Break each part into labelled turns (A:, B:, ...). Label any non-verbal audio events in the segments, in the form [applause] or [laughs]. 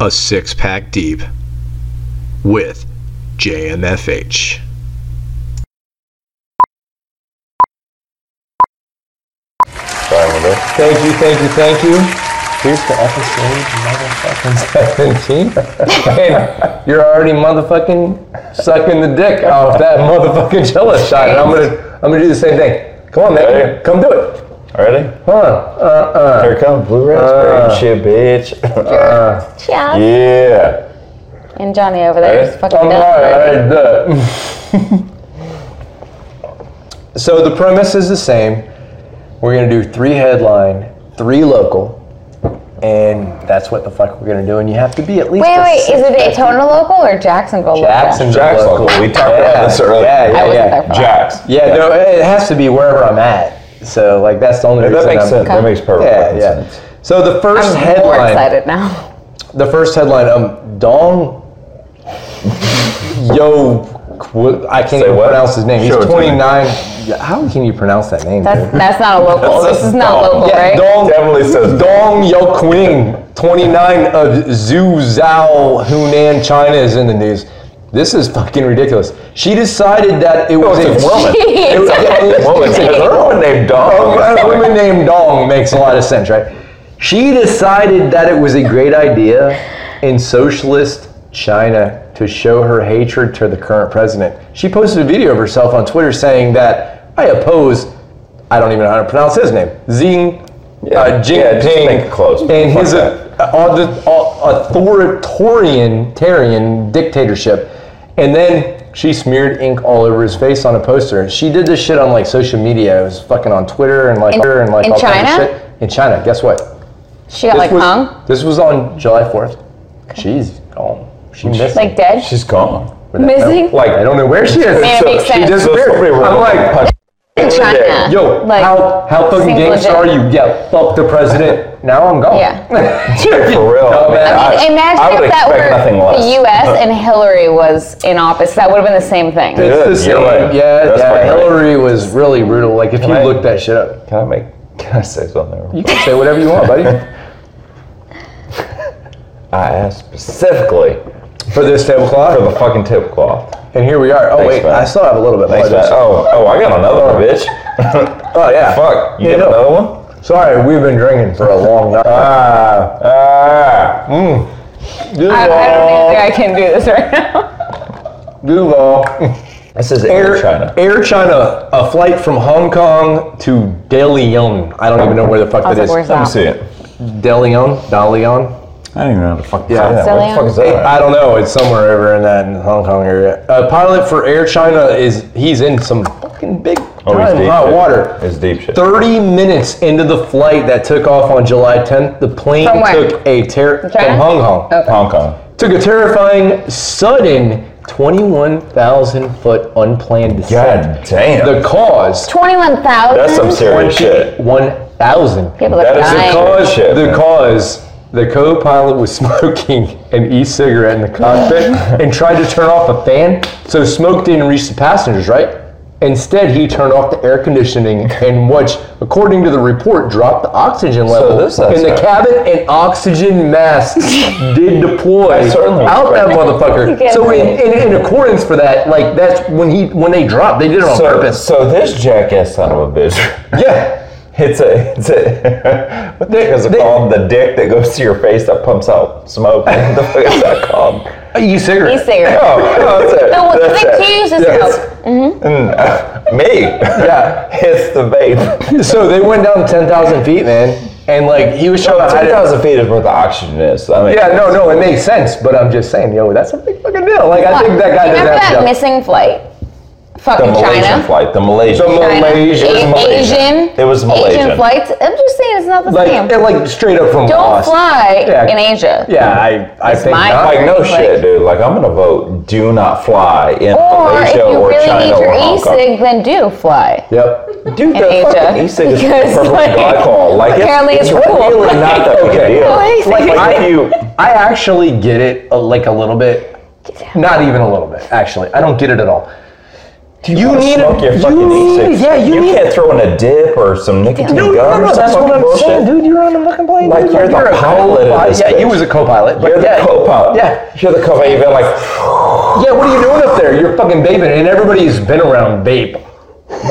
A: a six pack deep with JMFH.
B: Islander.
C: Thank you, thank you, thank you. Here's to episode motherfucking 17. and you're already motherfucking sucking the dick off that motherfucking jello shot. And I'm gonna I'm gonna do the same thing. Come on, man.
B: Hey.
C: Come do it.
B: Ready?
C: Come on. Uh uh.
B: Here comes blue raspberry and shit, bitch.
D: Chad.
B: yeah.
D: And Johnny over there is
B: Hey.
D: fucking
C: I'm
D: done. already.
C: alright, alright. [laughs] so the premise is the same. We're gonna do three headline, three local, and that's what the fuck we're gonna do. And you have to be at least
D: Wait,
C: a
D: wait,
C: six-
D: is it Daytona local or Jacksonville local?
C: Jacksonville
B: Jack's
C: local.
B: local. We talked about this earlier.
C: [laughs] Yeah, yeah,
D: I wasn't
C: yeah.
D: there for that.
B: Jack's.
C: Yeah, no, it has to be wherever I'm at. So like that's the only
B: That
C: reason
B: makes
C: I'm,
B: sense. That makes perfect
C: Yeah,
B: fucking
C: yeah.
B: sense.
C: So the
D: I'm
C: first
D: more
C: headline.
D: excited now.
C: The first headline, um, Dong Yo, Kw- I can't
B: Say
C: even
B: what?
C: pronounce his name. He's
B: Show it to me.
C: 29. How can you pronounce that name?
D: That's
C: dude?
D: that's not a local.
B: That's
D: this
B: a
D: is not
B: dog.
D: local,
C: yeah,
D: right? [laughs]
C: Dong
B: Definitely says
C: Dong Yo Qing, 29 of Zhuozhou, Hunan, China, is in the news. This is fucking ridiculous. She decided that it was
B: Oh, it's a woman.
C: [laughs] It, was- it,
B: Well,
C: was-
B: Oh, it's a girl named
C: Oh,
B: Dog.
C: a woman named Dong makes a lot of sense, right? She decided that it was a great idea in socialist China to show her hatred to the current president. She posted a video of herself on Twitter saying that I oppose, I don't even know how to pronounce his name, Xing uh,
B: yeah, just
C: Jinping
B: make it close.
C: and
B: Fuck
C: his
B: that.
C: uh, all the- all- authoritarian tarian dictatorship. And then she smeared ink all over his face on a poster. She did this shit on like social media. It was fucking on Twitter and like
D: In-
C: Twitter and like
D: in
C: all kinds
D: China?
C: of shit. In China, guess what? This
D: She got like
C: was
D: hung,
C: this was on July fourth. She's gone. She missed.
D: like dead,
B: She's gone.
D: missing.
B: Like,
C: I don't know where she is.
D: Man, it makes sense.
C: She disappeared.
B: So somebody wrote
C: I'm
B: it.
C: like,
D: in China.
C: yo,
D: like, [laughs]
C: how how fucking
D: seems
C: gangster are
D: legit.
C: you? Yeah, fuck the president. Now I'm gone. [laughs]
D: Yeah.
B: for real.
C: No, man,
B: I mean, I-
D: Imagine
B: I would
D: if that
B: expect nothing
D: were
B: less.
D: the U.S. [laughs] and Hillary was in office. That would have been the same thing.
B: Yeah.
C: It's the
B: you're
C: same.
B: right.
C: Yeah,
B: That's
C: yeah.
B: fucking right.
C: Hillary was really brutal. Like if you
B: I-
C: look that shit up,
B: Can I make? Can I say something? real
C: you
B: quick?
C: can say whatever you want,
B: [laughs]
C: buddy.
B: I asked specifically
C: For this tablecloth,
B: for the fucking tablecloth.
C: and here we are. Oh
B: Thanks,
C: wait,
B: man.
C: I still have a little bit.
B: Thanks,
C: left.
B: man. Oh, oh, I got another one, bitch.
C: [laughs] Oh yeah.
B: Fuck, you
C: Yeah,
B: get
C: no.
B: another one?
C: Sorry, we've been drinking for a long night.
B: [laughs] Ah, ah.
C: Uh,
D: I, I don't even think I can do this right now.
C: Google.
B: This is Air
C: Air
B: China.
C: Air China, a flight from Hong Kong to Dalian. I don't even know where the fuck
D: I was
C: that
D: like,
C: is.
D: where's
B: Let me
D: that?
B: see it.
C: Dalian, Dalian.
B: I don't even know how to fuck
C: Yeah.
B: yeah. that. What the fuck is
C: Hey,
B: that?
C: I don't know. It's somewhere over in that Hong Kong area. A pilot for Air China is he's in some fucking big
B: Oh, he's
C: time
B: deep
C: hot
B: shit.
C: water.
B: It's deep shit.
C: 30 minutes into the flight that took off on July 10th, the plane
D: From where?
C: took a ter-
D: China? Oh.
C: from Hong Kong.
B: Hong Kong.
C: Took a terrifying, sudden 21,000 foot unplanned descent.
B: God damn.
C: The cause.
D: Twenty-one thousand.
B: That's some serious shit.
C: 21,000.
D: People are
B: That is a
D: dying.
B: cause.
C: Cause,
B: Shit,
C: the
B: man.
C: cause the co-pilot was [laughs] smoking an e-cigarette in the cockpit and tried to turn off a fan so smoke didn't reach the passengers right instead he turned off the air conditioning and which according to the report dropped the oxygen level
B: this has
C: in the
B: happened.
C: cabin and oxygen
B: [laughs]
C: masks did deploy
B: certainly
C: out that
B: expect-
C: motherfucker so in, in, in accordance for that like that's when he when they dropped they did it on
B: So, [laughs]
C: purpose
B: so this jackass son of a bitch.
C: yeah
B: It's a, it's a, [laughs] what the heck is it
C: They-
B: called? The dick that goes to your face that pumps out smoke. [laughs] What the fuck is that called?
C: e-cigarette
D: E-cigarette.
B: Oh, [laughs] no, that's it.
D: No, the
B: That's
D: thing
B: it.
D: to use is
B: Yes.
D: smoke.
B: Mm, uh, me.
C: Yeah.
B: [laughs] it's the vape.
C: So they went down 10,000 feet, man. And like, he was trying to hide
B: Ten
C: it.
B: thousand feet is where the oxygen is. I mean,
C: Yeah, no, no, it makes sense. But I'm just saying, yo, that's a big fucking deal. Like, I think that guy
D: Remember
C: does
D: that
C: that stuff.
D: missing flight?
B: The
D: Fucking
B: Malaysian
D: China.
B: flight. The Malaysian.
C: The
D: China.
C: Malaysia-
D: A-
B: It was Malaysia.
D: Asian.
B: It was Malaysia.
D: Asian flights. I'm just saying it's not the
C: Like,
D: same.
C: and, like straight up from
D: Don't
C: Lost.
D: fly
C: Yeah.
D: in Asia.
C: Yeah, I, I think
D: my-
C: not.
B: Like no
D: Like-
B: shit, dude. Like I'm gonna vote. Do not fly in
D: Or if
B: Malaysia
D: you
B: or
D: really
B: China
D: need your
B: or Hong Kong.
D: e-cig, then do fly.
C: yep.
B: Dude,
D: in
B: the fucking
D: Asia.
B: e-cig is
D: Because,
B: perfect
D: like,
B: glycol. Like
D: apparently
B: it's,
D: it's cool.
B: really not that big a deal.
D: Oh, e-cig.
B: Like,
C: I-
B: if you
C: I actually get it, uh, like, a little bit. Not even a little bit, actually. I don't get it at all.
B: You,
C: You
B: gotta
C: need
B: smoke
C: a-
B: your
C: you
B: fucking
C: need-
B: e-cigarette.
C: yeah, you need-
B: can't throw in a dip or some nicotine
C: No, no,
B: gum
C: no,
B: or
C: no,
B: some
C: that's what
B: fucking
C: I'm
B: bullshit.
C: saying, dude. You're on a fucking plane.
B: Like,
C: dude.
B: you're the
C: a
B: pilot of
C: co-pilot.
B: this
C: Yeah, you
B: bitch.
C: was a co-pilot. But
B: You're the
C: yeah,
B: co-pilot.
C: Yeah.
B: You're the co-pilot. You've been like,
C: Yeah, what are you doing up there? You're fucking vaping, and everybody's been around vape.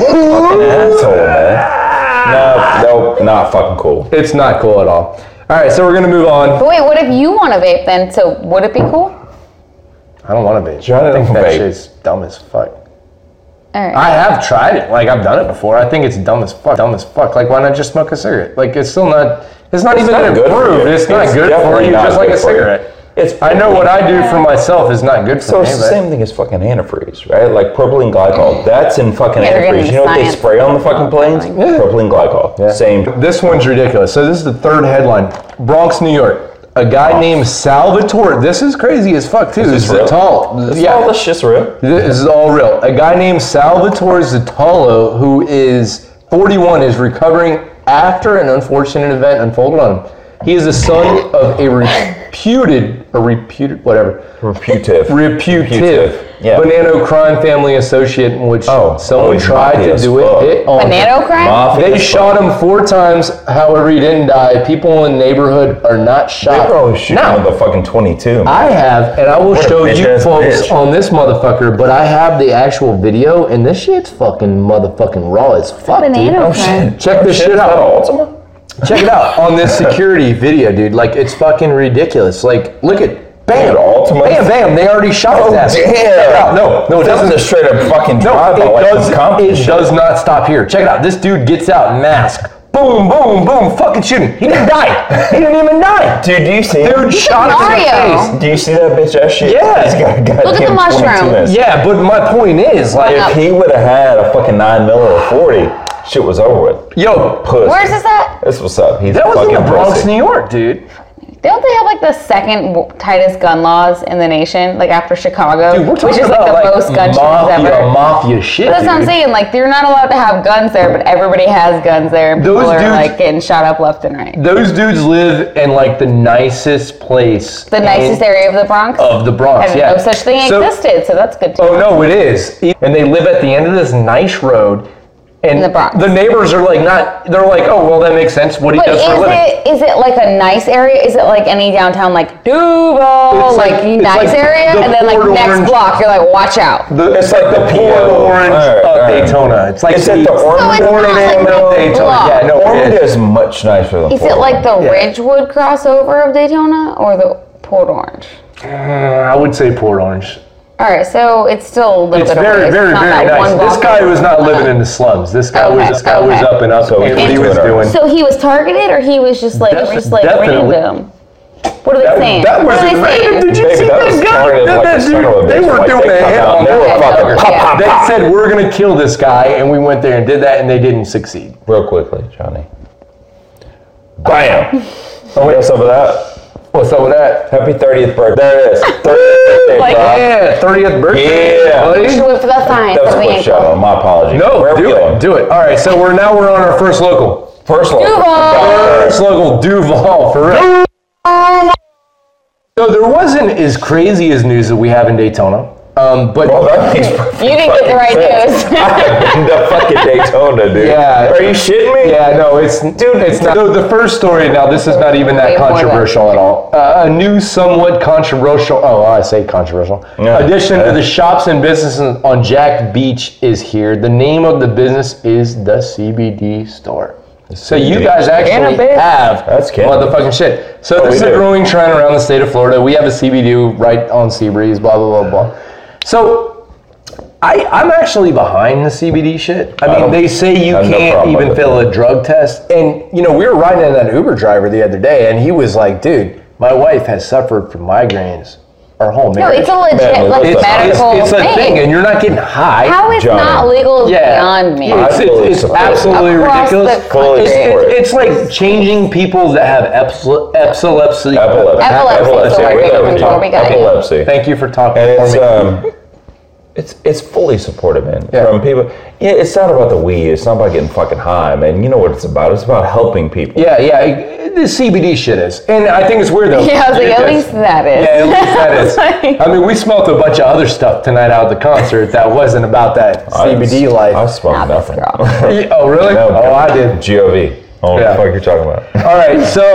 B: asshole, man. No, no, not fucking cool.
C: It's not cool at all. All right, so we're gonna move on.
D: But wait, what if you want to vape then? So would it be cool?
C: I don't want to vape.
B: Try
C: I
B: to
C: think that
B: vape.
C: shit's dumb as fuck.
D: All right.
C: I have tried it. Like I've done it before. I think it's dumb as fuck. Dumb as fuck. Like why not just smoke a cigarette? Like it's still not. It's not even
B: not good for
C: improved.
B: you.
C: It's not
B: It's
C: good for
B: definitely
C: you.
B: not
C: Just like
B: good
C: a
B: for you.
C: cigarette.
B: It's
C: I know what I do for myself is not good for
B: So
C: me.
B: it's the
C: but-
B: same thing as fucking antifreeze, right? Like propylene glycol. That's in fucking
D: Yeah, we're getting
B: antifreeze. You know what they
D: science.
B: spray on the fucking planes?
C: Yeah.
B: Propylene glycol. Same.
C: This one's ridiculous. So this is the third headline. Bronx, New York. A guy named Salvatore. This is crazy as fuck too.
B: Is this real?
C: Zatal. yeah.
B: All this shit's real.
C: This is all real. A guy named Salvatore Zatalo, who is 41, is recovering after an unfortunate event unfolded on him. He is the son of a reputed, a reputed, whatever,
B: Reputive.
C: reputed
B: Reputed, yeah.
C: Bonanno crime family associate in which
B: Oh, oh,
C: someone
B: he's
C: tried
B: mafia
C: to
B: as
C: do
B: fuck.
C: it. hit on him.
D: Banana crime?
B: Mafia
C: They
B: as
C: shot him four times. However, he didn't die. People in the neighborhood are not
B: They
C: shot.
B: probably shoot
C: Now,
B: him with a fucking 22. man.
C: I have, and I will
B: What a
C: show
B: bitch
C: you
B: ass
C: folks
B: bitch.
C: on this motherfucker, but I have the actual video, and this shit's fucking motherfucking raw as fuck, dude.
D: Banana crime.
B: Oh, shit.
C: Check this shit
B: Is that
C: out.
B: Ultima?
C: Check it out on this security video, dude. Like, it's fucking ridiculous. Like, look at bam,
B: Dude, Ultima-
C: bam, bam. They already shot
B: Oh,
C: his ass.
B: damn.
C: Check it out. No, no, it
B: That was
C: doesn't.
B: a straight up fucking
C: No,
B: drive
C: it
B: like
C: does.
B: some comp and
C: It
B: shit.
C: does not stop here. Check it out. This dude gets out, mask. Boom, boom, boom. Fucking shooting. He didn't die. He didn't even die.
B: Dude, do you see
C: Dude
B: him?
C: shot him in
D: Mario.
C: the face.
B: Do you see that bitch ass shit?
C: Yeah.
B: He's got a
D: at the
B: goddamn 22
D: mushroom.
B: in his
C: Yeah, but my point is, like,
B: If he would have had a fucking nine mil or a forty, shit was over with.
C: yo,
B: Pussy.
D: Where's this at?
B: This was up. He's
C: that was in
B: fucking
C: the Bronx,
B: pussy.
C: New York, dude.
D: Don't they have like the second w- tightest gun laws in the nation, like after Chicago,
C: Dude, we're
D: which
C: talking
D: is
C: about
D: like the most gun shows
C: mafia,
D: ever?
C: mafia shit.
D: That's what I'm
C: dude.
D: saying. Like, they're not allowed to have guns there, but everybody has guns there. and People
C: Those
D: are
C: dudes-
D: like getting shot up left and right.
C: Those dudes live in like the nicest place.
D: The nicest
C: in,
D: area of the Bronx,
C: of the Bronx.
D: and
C: Oh. yeah.
D: no such thing
C: So-
D: existed, so that's good. To
C: Oh no, it is. And they live at the end of this nice road, and
D: In the Bronx.
C: neighbors are like not. They're like, oh well, that makes sense. What he
D: But
C: does
D: is
C: for a living.
D: it is it like a nice area? Is it like any downtown like Duval,
C: It's
D: like,
C: like- it's
D: nice
C: like
D: area,
C: the
D: and then like
C: Port
D: next
C: Orange-
D: block you're like watch out.
C: The,
B: It's like the
C: Port
B: PO.
C: Orange
B: Alright,
C: of
B: alright.
C: Daytona. It's like
B: Is it the
D: So it's
B: Ormond?
D: not like
B: Ormond?
D: the
B: No,
D: block.
B: Daytona. Yeah, no, Ormond
C: Ormond
B: is much nicer than
D: Is it like the
C: Yeah.
D: Ridgewood crossover of Daytona or the Port Orange?
C: Mm, I would say Port Orange.
D: All right, so it's still a little
C: It's
D: bit of
C: very,
D: ways.
C: very,
D: It's not
C: very
D: that
C: nice.
D: one
C: This
D: block.
C: guy was not living in the slums. This guy was
D: Okay,
C: this guy was
D: okay.
C: up and up.
B: So
C: and what he
B: he's
C: was
B: doing
C: doing.
D: So he was targeted, or he was just like it was just like
C: Definitely.
D: random. What are they saying?
C: that
D: what
C: was
D: are they saying?
C: random. Did you
B: Baby,
C: see
B: that
C: that,
B: was
C: guy?
B: targeted
C: That,
B: like
C: that
B: the
C: dude,
B: son of a
C: they
B: bitch.
C: were
B: Like,
C: doing
B: they
C: a
B: come
C: hit
B: out,
C: on
B: they
C: that
B: were
C: guy.
B: fucking
D: Yeah.
B: pop, pop,
C: They
B: pop.
C: said we're gonna kill this guy, and we went there and did that, and they didn't succeed.
B: Real quickly, Johnny.
C: [laughs]
B: Bam! Oh, wait, what's up with that?
C: What's up with that?
B: Happy 30th birthday. There
D: [laughs]
B: it is. 30th birthday,
D: Like-
B: bro.
C: Yeah, thirtieth birthday.
B: Yeah.
C: buddy.
D: Whip the sign
B: That was
D: from
B: a
D: the
B: quick shot.
D: ankle.
B: on. My apologies.
C: No,
B: Where
C: do it, do it. All right, so we're now we're on our first local.
B: First
D: Duval.
C: First local, Duval, for real. So there wasn't as crazy as news that we have in Daytona, um, but
B: Well, that
D: [laughs]
B: makes
D: You didn't get the right news.
B: the fucking Daytona, dude.
C: Yeah.
B: Are you shitting me?
C: Yeah, no, it's dude, it's not. So the first story now. This is not even
D: Wait
C: that
D: for it.
C: controversial at all. Uh, a new, somewhat controversial. Oh, I say controversial.
B: Yeah.
C: Addition to the shops and businesses on Jack Beach is here. The name of the business is the CBD Store. So you
B: CBD.
C: guys actually
D: Cannabis.
C: have
B: That's cannabis.
C: motherfucking shit. So this
B: we
C: is a
B: do.
C: growing trend around the state of Florida. We have a CBD right on Seabreeze. Blah blah blah blah. So. I, I'm actually behind the CBD shit. I mean,
B: don't-
C: they say you
B: I have Uh, no
C: can't
B: problem
C: even
B: with it.
C: fail a drug test. And you know, we were riding in that Uber driver the other day, and he was like, "Dude, my wife has suffered from migraines our whole
D: No,
C: marriage."
D: it's a legit like
B: It's-
C: it's,
D: medical
C: it's a thing,
D: thing.
C: and you're not getting high.
D: How is
B: John.
D: not legal is
C: yeah,
D: beyond me?
C: It's, it's-
B: Fully
C: it's
B: support.
C: absolutely
D: Across
C: ridiculous.
D: the Fully
C: It's,
B: country. support.
C: it's like changing people that have epilepsy. Epilepsy.
B: Epilepsy.
D: Epilepsy is the word
B: Epilepsy.
D: we got.
B: Epilepsy.
C: Thank you for talking
B: And uh,
C: for
B: it's
C: me.
B: um It's it's fully supportive, man.
C: Yeah.
B: From people, yeah. It's not about the weed. It's not about getting fucking high, man. You know what it's about? It's about helping people.
C: Yeah, yeah. it- The CBD shit is, and I think it's weird
D: [laughs]
C: though.
D: Yeah, I was like, at least that is.
C: Yeah, at least that is.
D: Like-
C: I mean, we smoked a bunch of other stuff tonight out at the concert that wasn't about that
B: I-
C: CBD life.
B: I smell
D: Not this
B: nothing.
D: girl.
C: Yeah, oh, really?
B: No,
C: oh, I did.
B: Gov. Oh,
C: Yeah.
B: the fuck you're talking about?
C: All right, so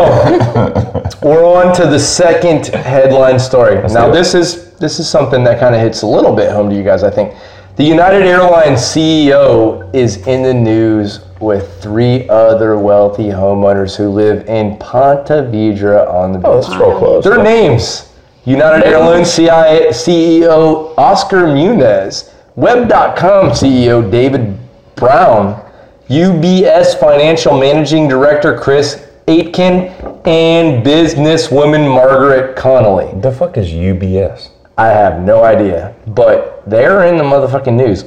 B: [laughs]
C: we're on to the second headline story. now,
B: do it.
C: this is this is something that kind of hits a little bit home to you guys, I think. The United Airlines CEO is in the news with three other wealthy homeowners who live in Ponte Vedra on the beach.
B: That's real close.
C: Their names United Airlines CIA, CEO E Oscar Munez, Web.com CEO E David Brown, UBS Financial Managing Director Chris Aitken, and businesswoman Margaret Connolly.
B: The fuck is UBS?
C: I have no idea, but they're in the motherfucking news.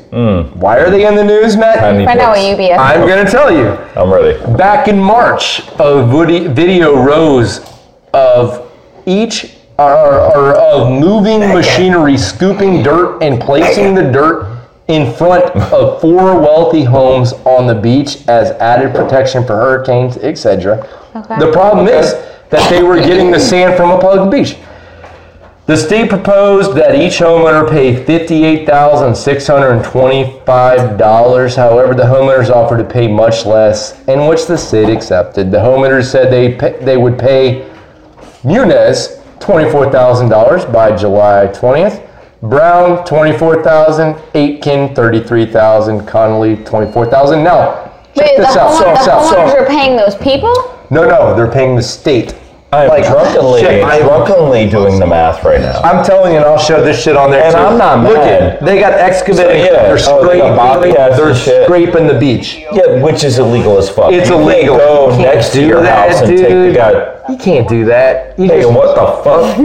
C: Why are they in the news,
B: I
C: Matt?
B: need
D: Find out what
B: this.
D: UBS is.
C: I'm going to tell you.
B: I'm ready.
C: Back in March, a vidi- video rose of each or, or of moving machinery scooping dirt and placing the dirt in front of four wealthy homes on the beach as added protection for hurricanes, etc.
D: Okay.
C: The problem is that they were getting the sand from a public beach. The state proposed that each homeowner pay fifty-eight thousand six hundred and twenty-five dollars. However, the homeowners offered to pay much less, in which the state accepted. The homeowners said they pay, they would pay Munez twenty-four thousand dollars by July twentieth. Brown twenty-four thousand, Aitken thirty-three thousand, Connolly twenty-four thousand. Now, check
D: Wait, the,
C: this out.
D: homeowner,
C: So-
D: the
C: so- so-
D: homeowners are paying those people?
C: No, no, they're paying the state.
B: I am
C: Like,
B: drunkenly,
C: shit, I-
B: drunkenly doing the math right now.
C: I'm telling you, and I'll show this shit on there
B: And
C: too.
B: I'm not
C: Look
B: mad.
C: at they got excavating.
B: So, yeah.
C: They're
B: Oh, they
C: scraping.
B: got bobcats
C: they're
B: and shit.
C: scraping the beach.
B: Yeah, which is illegal as fuck.
C: It's
B: You can't
C: illegal.
B: Go
C: You can't
B: next to
C: do
B: your
C: that,
B: house and take the
C: dude.
B: guy.
C: You can't do that. You
B: Hey,
C: just,
B: what the fuck?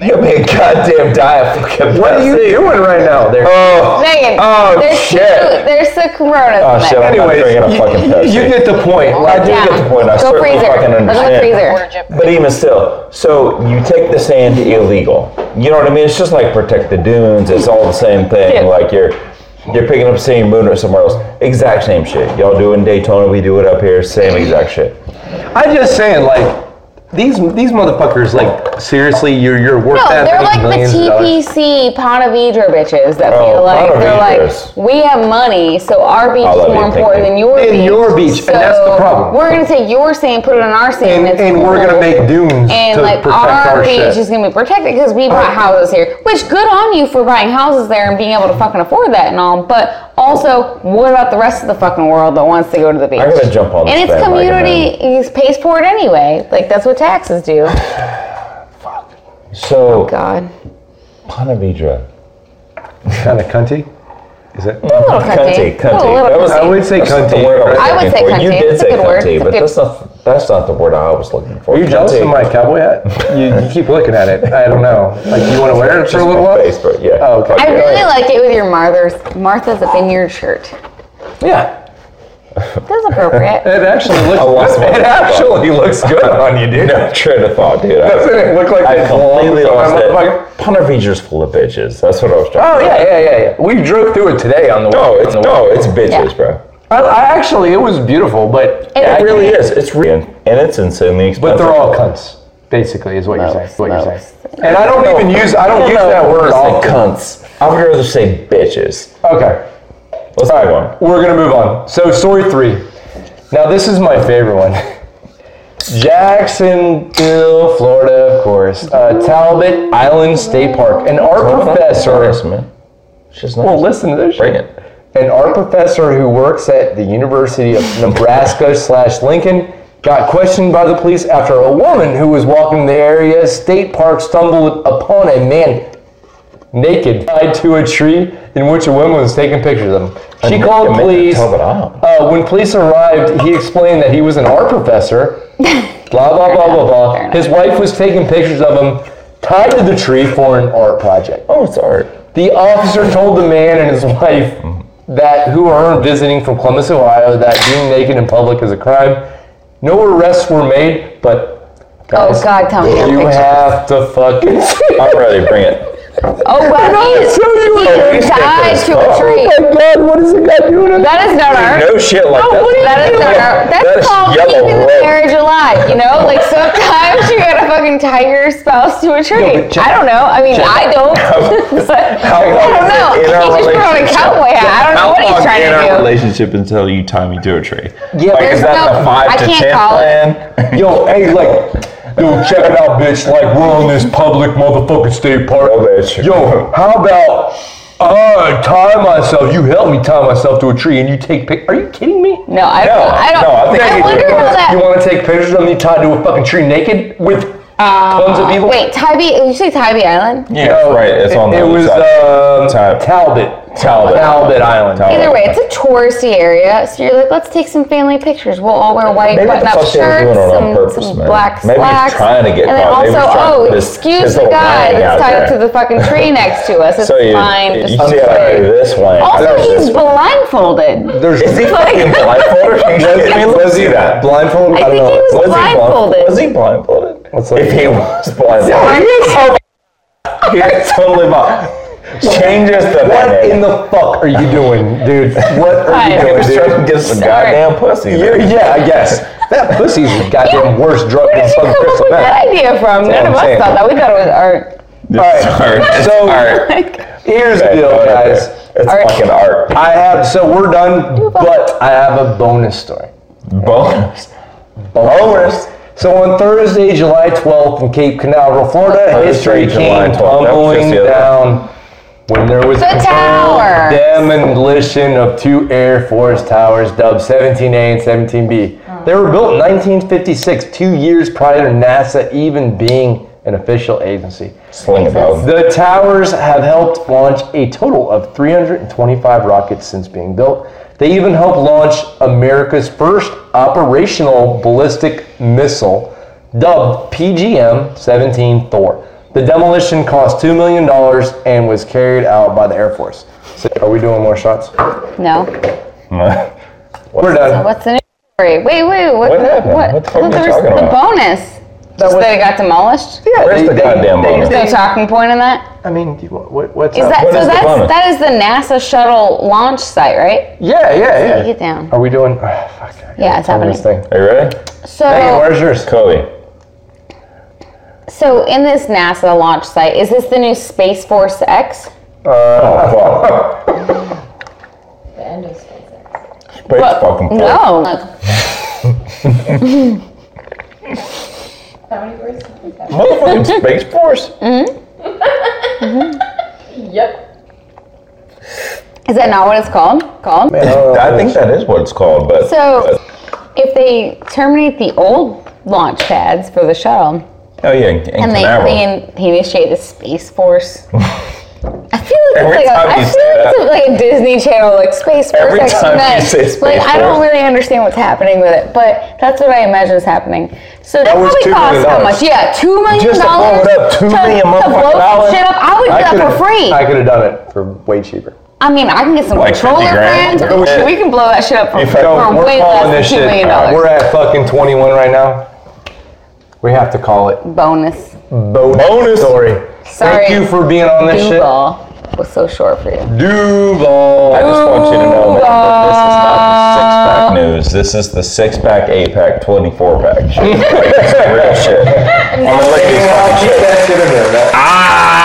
B: you made a goddamn diet fucking
C: what are you
B: messy.
C: doing right now? There.
B: Oh,
D: Megan,
B: Oh,
D: there's
B: shit.
D: Two, there's the corona.
B: oh shit! I'm
C: Anyways,
B: not drinking a fucking
C: [laughs]
B: Pepsi.
C: you get the point. Like,
B: do
D: yeah.
B: get the point. I
D: Go
B: certainly
D: freezer.
B: fucking
D: Look in
B: understand.
D: the freezer.
B: But even still, so you take the sand illegal. You know what I mean? It's just like protect the dunes. It's all the same thing.
D: Yeah.
B: Like you're you're picking up sand moon or somewhere else. Exact same shit. Y'all do it in Daytona. We do it up here. Same exact shit.
C: I'm just saying, like these these motherfuckers, like seriously, you're you're worth
D: No,
C: that
D: they're
C: many
D: like the
C: millions of dollars.
D: TPC Ponte Vedra bitches that feel
B: Oh,
D: like
B: Ponte
D: they're
B: Vedras.
D: like, we have money, so our beach
B: love
D: is
B: you,
D: more
B: thank
D: important
B: you.
D: than your
C: Than
D: beach.
C: your beach, and that's the
D: so
C: problem.
D: We're gonna take your sand, put it on our sand,
C: And,
D: it's
C: and we're
D: cool.
C: gonna make dunes
D: and
C: to
D: like
C: protect
D: our,
C: our,
D: beach
C: shit.
D: is gonna be protected because we bought houses here. Which good on you for buying houses there and being able to fucking afford that and all. But also, what about the rest of the fucking world that wants to go to the beach?
B: I gotta jump on
D: And
B: this
D: it's
B: bandwagon,
D: community it pays for it anyway. Like that's what taxes do.
B: So
D: Oh, God,
B: Panavidra.
C: kind of cunty. Is it?
D: a little cunty,
B: Cunty, cunty.
D: A little
B: That was-
C: I
D: cunty.
C: would say
B: That's not
C: cunty.
B: the word I, was
D: I would
B: looking
D: say
B: for. You
D: cunty.
B: did
D: It's a
B: say
D: good word.
B: cunty,
D: It's a
B: but
D: good-
B: that's not that's not the word I was looking for.
C: Are you jealous
B: Cunty.
C: of my cowboy hat? You, you keep looking at it. I don't know. Like, you want to wear it for a little while?
B: Face, but yeah.
C: Oh, okay.
D: I really like it with your Martha's Martha's a vineyard shirt.
C: Yeah.
D: That's appropriate.
C: It actually looks
B: [laughs] lost
C: good. [laughs]
B: my-
C: It actually looks
B: [laughs]
C: good on you, dude.
B: No train of thought, dude. I-
C: Doesn't it look like
B: I
C: they
B: completely
C: blow
B: lost
C: up
B: it.
C: on motherfucker?
B: Punter Beecher's full of bitches. That's what I was
C: Oh,
B: trying.
C: yeah, yeah, yeah, yeah. We drove through it today on the way.
B: No, it's
C: on the
B: no, it's bitches,
D: Yeah.
B: bro.
C: I, I actually, it was beautiful, but
D: It-
B: It really is. It's real, and it's insanely
C: but
B: expensive.
C: they're all cunts, basically, is what you're saying. What you're saying.
D: Mouse.
C: And I don't even use I don't use that word
B: All
C: often.
B: cunts. I would rather say bitches.
C: Okay.
B: Let's move on.
C: We're gonna move on. So story three. Now this is my favorite one. [laughs] Jacksonville, Florida, of course. Uh, Talbot Island State Park. An art professor.
B: Nice, man. She's not.
C: Well, listen to this.
B: Bring
C: shit.
B: it.
C: An art professor who works at the University of Nebraska slash Lincoln got questioned by the police after a woman who was walking the area state park stumbled upon a man naked tied to a tree in which a woman was taking pictures of him. She
B: And
C: called
B: make- make
C: police.
B: Tell it out.
C: Uh, when police arrived, he explained that he was an art
D: [laughs]
C: professor. Blah blah blah blah
D: Fair
C: blah.
D: enough.
C: His wife was taking pictures of him tied to the tree for an art project.
B: Oh, it's art.
C: The officer told the man and his [laughs] wife that who are visiting from Columbus, Ohio, that being naked in public is a crime. No arrests were made, but
D: Oh
C: guys,
D: God, tell me your
C: you
D: picture. [laughs]
C: have to fucking.
B: I'm ready. Bring it.
D: Oh, well, he, he
B: stick
D: died
B: this.
D: to a
B: Oh.
D: tree.
C: my God, what is it got doing? in-
D: That is not art.
B: No shit like that.
D: That is not art. That's
B: That is
D: called
B: yellow
D: keeping the
B: rope.
D: marriage alive. You know, like sometimes you gotta fucking tie your spouse to a tree.
C: but Jen-
D: I don't know. I mean, I don't. [laughs] But
B: How
D: I
B: long
D: don't
B: is it
D: know.
B: in our
D: He just put on a
B: relationship?
D: cowboy hat. I don't know
B: [laughs] How
D: what
B: long
D: he's trying
B: in our
D: to do.
B: relationship until you tie me to a tree?
C: Yeah,
B: like,
D: there's
B: is that
D: no-
B: the five
D: I
B: to
D: can't
B: ten
D: call
B: plan? [laughs]
E: Yo, hey, like, yo, check it out, bitch. Like, we're on this public motherfucking state park.
B: Oh, bitch.
E: Yo, how about
C: uh,
E: I tie myself? You help me tie myself to a tree, and you take pic. Are you kidding me?
D: No, I don't.
B: No,
D: I don't.
B: no, I think
D: I
B: you
D: wonder
B: do.
D: how that.
E: You want to take pictures of me tied to a fucking tree naked with tons of people?
D: Uh, Wait, Tybee. You say Tybee Island?
B: Yeah, that's right. It's on the
E: It
B: other
E: was
B: side.
C: uh,
E: um,
B: Type.
E: Talbot.
B: Talbot.
E: Talbot Island.
D: Either way, it's a touristy area, so you're like, let's take some family pictures. We'll all wear white
B: Maybe what the
D: button-up
B: fuck they were doing
D: shirts,
B: it on
D: some,
B: purpose,
D: some
B: man.
D: black
B: Maybe he's
D: slacks,
B: trying to get
D: and then
B: caught. Maybe
D: also,
B: he's trying to
D: oh,
B: put his-
D: excuse
B: his
D: the
B: little
D: guy
B: gang
D: that's
B: out
D: tied up
B: there.
D: to the fucking
B: [laughs]
D: tree next to us. It's
B: So you,
D: fine.
B: you
D: just
B: see how I do this way?
D: Also, he's blindfolded.
C: There's
B: Is he
C: [laughs]
B: fucking [laughs] blindfolded? Can
D: [laughs]
B: you
C: Was-
B: I mean,
C: was
B: let's
C: he
B: see that.
C: blindfolded?
D: I
C: don't
D: think
C: know.
D: he was blindfolded.
B: Was he blindfolded?
C: What's
B: If
C: that?
B: he was blindfolded, [laughs] he's [laughs] totally blind. Changes the
C: What
B: dynamic.
C: in the fuck are you doing, dude? What are you
D: Fine.
B: He
C: doing,
B: was trying
C: dude?
B: to get some
D: Sorry.
B: goddamn pussy.
C: You're- [laughs]
B: man.
C: yeah, I guess. That pussy's the goddamn worst drug
D: Where
C: in
D: did you
C: fucking
D: come up
C: crystal
D: with
C: meth.
D: that idea from? None
C: I'm
D: of us
C: saying.
D: thought that. We thought it was art.
B: It's
C: All
B: art.
C: [laughs]
B: It's
C: So-
B: art.
C: Here's the
B: Okay,
C: deal,
B: go ahead
C: guys.
B: there. It's
D: Art.
B: fucking art.
C: I have so we're done,
D: fine.
C: but I have a bonus story.
B: Bonus.
C: Bonus. So on Thursday, July 12th in Cape Canaveral, Florida,
B: Thursday,
C: history
B: July
C: came
B: 12th. That was just
C: tumbling
B: the other-
C: down when there was
D: The tower.
C: demolition of two Air Force towers dubbed 17A and 17B. They were built in 1956, two years prior to NASA even being an official agency.
B: Sling about.
C: The towers have helped launch a total of 325 rockets since being built. They even helped launch America's first operational ballistic missile, dubbed PGM 17 Thor. The demolition cost $2 million and was carried out by the Air Force. So are we doing more shots?
D: No.
C: We're done.
D: What's the news story? Wait, wait, what?
B: What happened? What the fuck
D: I thought
B: are
D: there
B: you
D: was
B: talking
D: the
B: about?
D: bonus. Just that it got demolished?
C: Yeah,
B: Where's the goddamn bonus?
D: There's no talking point in that.
C: I mean, do you- what, what's
D: Is
C: up?
D: that
B: what
D: so?
B: is the
D: that's
B: bonus?
D: that is the NASA shuttle launch site, right?
C: Yeah, yeah, yeah.
D: Get down.
B: Oh,
C: Are we doing? [sighs] ah, fuck, I gotta
D: Yeah, it's
C: turn This
D: happening.
C: thing.
B: Are you ready?
C: Hey,
D: So,
C: where's yours?
B: Chloe.
D: so in this NASA launch site, is this the new Space Force X?
C: Oh.
B: Fuck.
F: The end of SpaceX.
B: Space fucking force.
D: No. Look,
F: How many words did you have?
B: Motherfucking Space
C: [laughs]
B: Force.
F: Yep.
D: Is that not what it's called? Called?
B: I think that is what it's called, but
D: So, if they terminate the old launch pads for the shuttle,
B: oh yeah, in
D: and they,
B: Canaveral.
D: they, in, they initiate the Space Force.
B: [laughs]
D: I feel like
B: Every
D: it's like, a,
B: time
D: I
B: you
D: feel
B: say
D: like, it's like a Disney Channel like Space Force.
B: Every
D: X
B: time you
D: Men.
B: say Space
D: like I don't
B: Force.
D: really understand what's happening with it, but that's what I imagine is happening. So that,
B: was
D: probably
B: $2 million
D: costs how much? Yeah, two million
B: Just to blow
D: dollars.
B: it up, $2 million
D: to, to blow
B: motherfucking
D: some
B: dollars.
D: shit up. I would do that for
C: could've-
D: free.
C: I could have done it for way cheaper.
D: I mean, I can get some
B: Like 50
D: controller
B: grand.
D: friends. We can blow that shit up for,
B: If I don't,
D: for
C: We're
D: way
C: calling this
D: less than
C: shit.
D: two million
B: uh,
C: We're
D: dollars.
C: at fucking 21 right now. We have to call it
D: Bonus.
C: bonus,
B: Bonus.
C: story.
D: Sorry.
C: Thank you for being on this
D: Duval was so short for you.
C: shit. Duval.
B: I [laughs] just want you to know, man, that this is not the six pack news. This is the six pack, eight pack, twenty four [laughs] pack. shit. Like, it's real shit. I'm gonna let you fucking shit.
C: that shit in there. man.
B: Ah,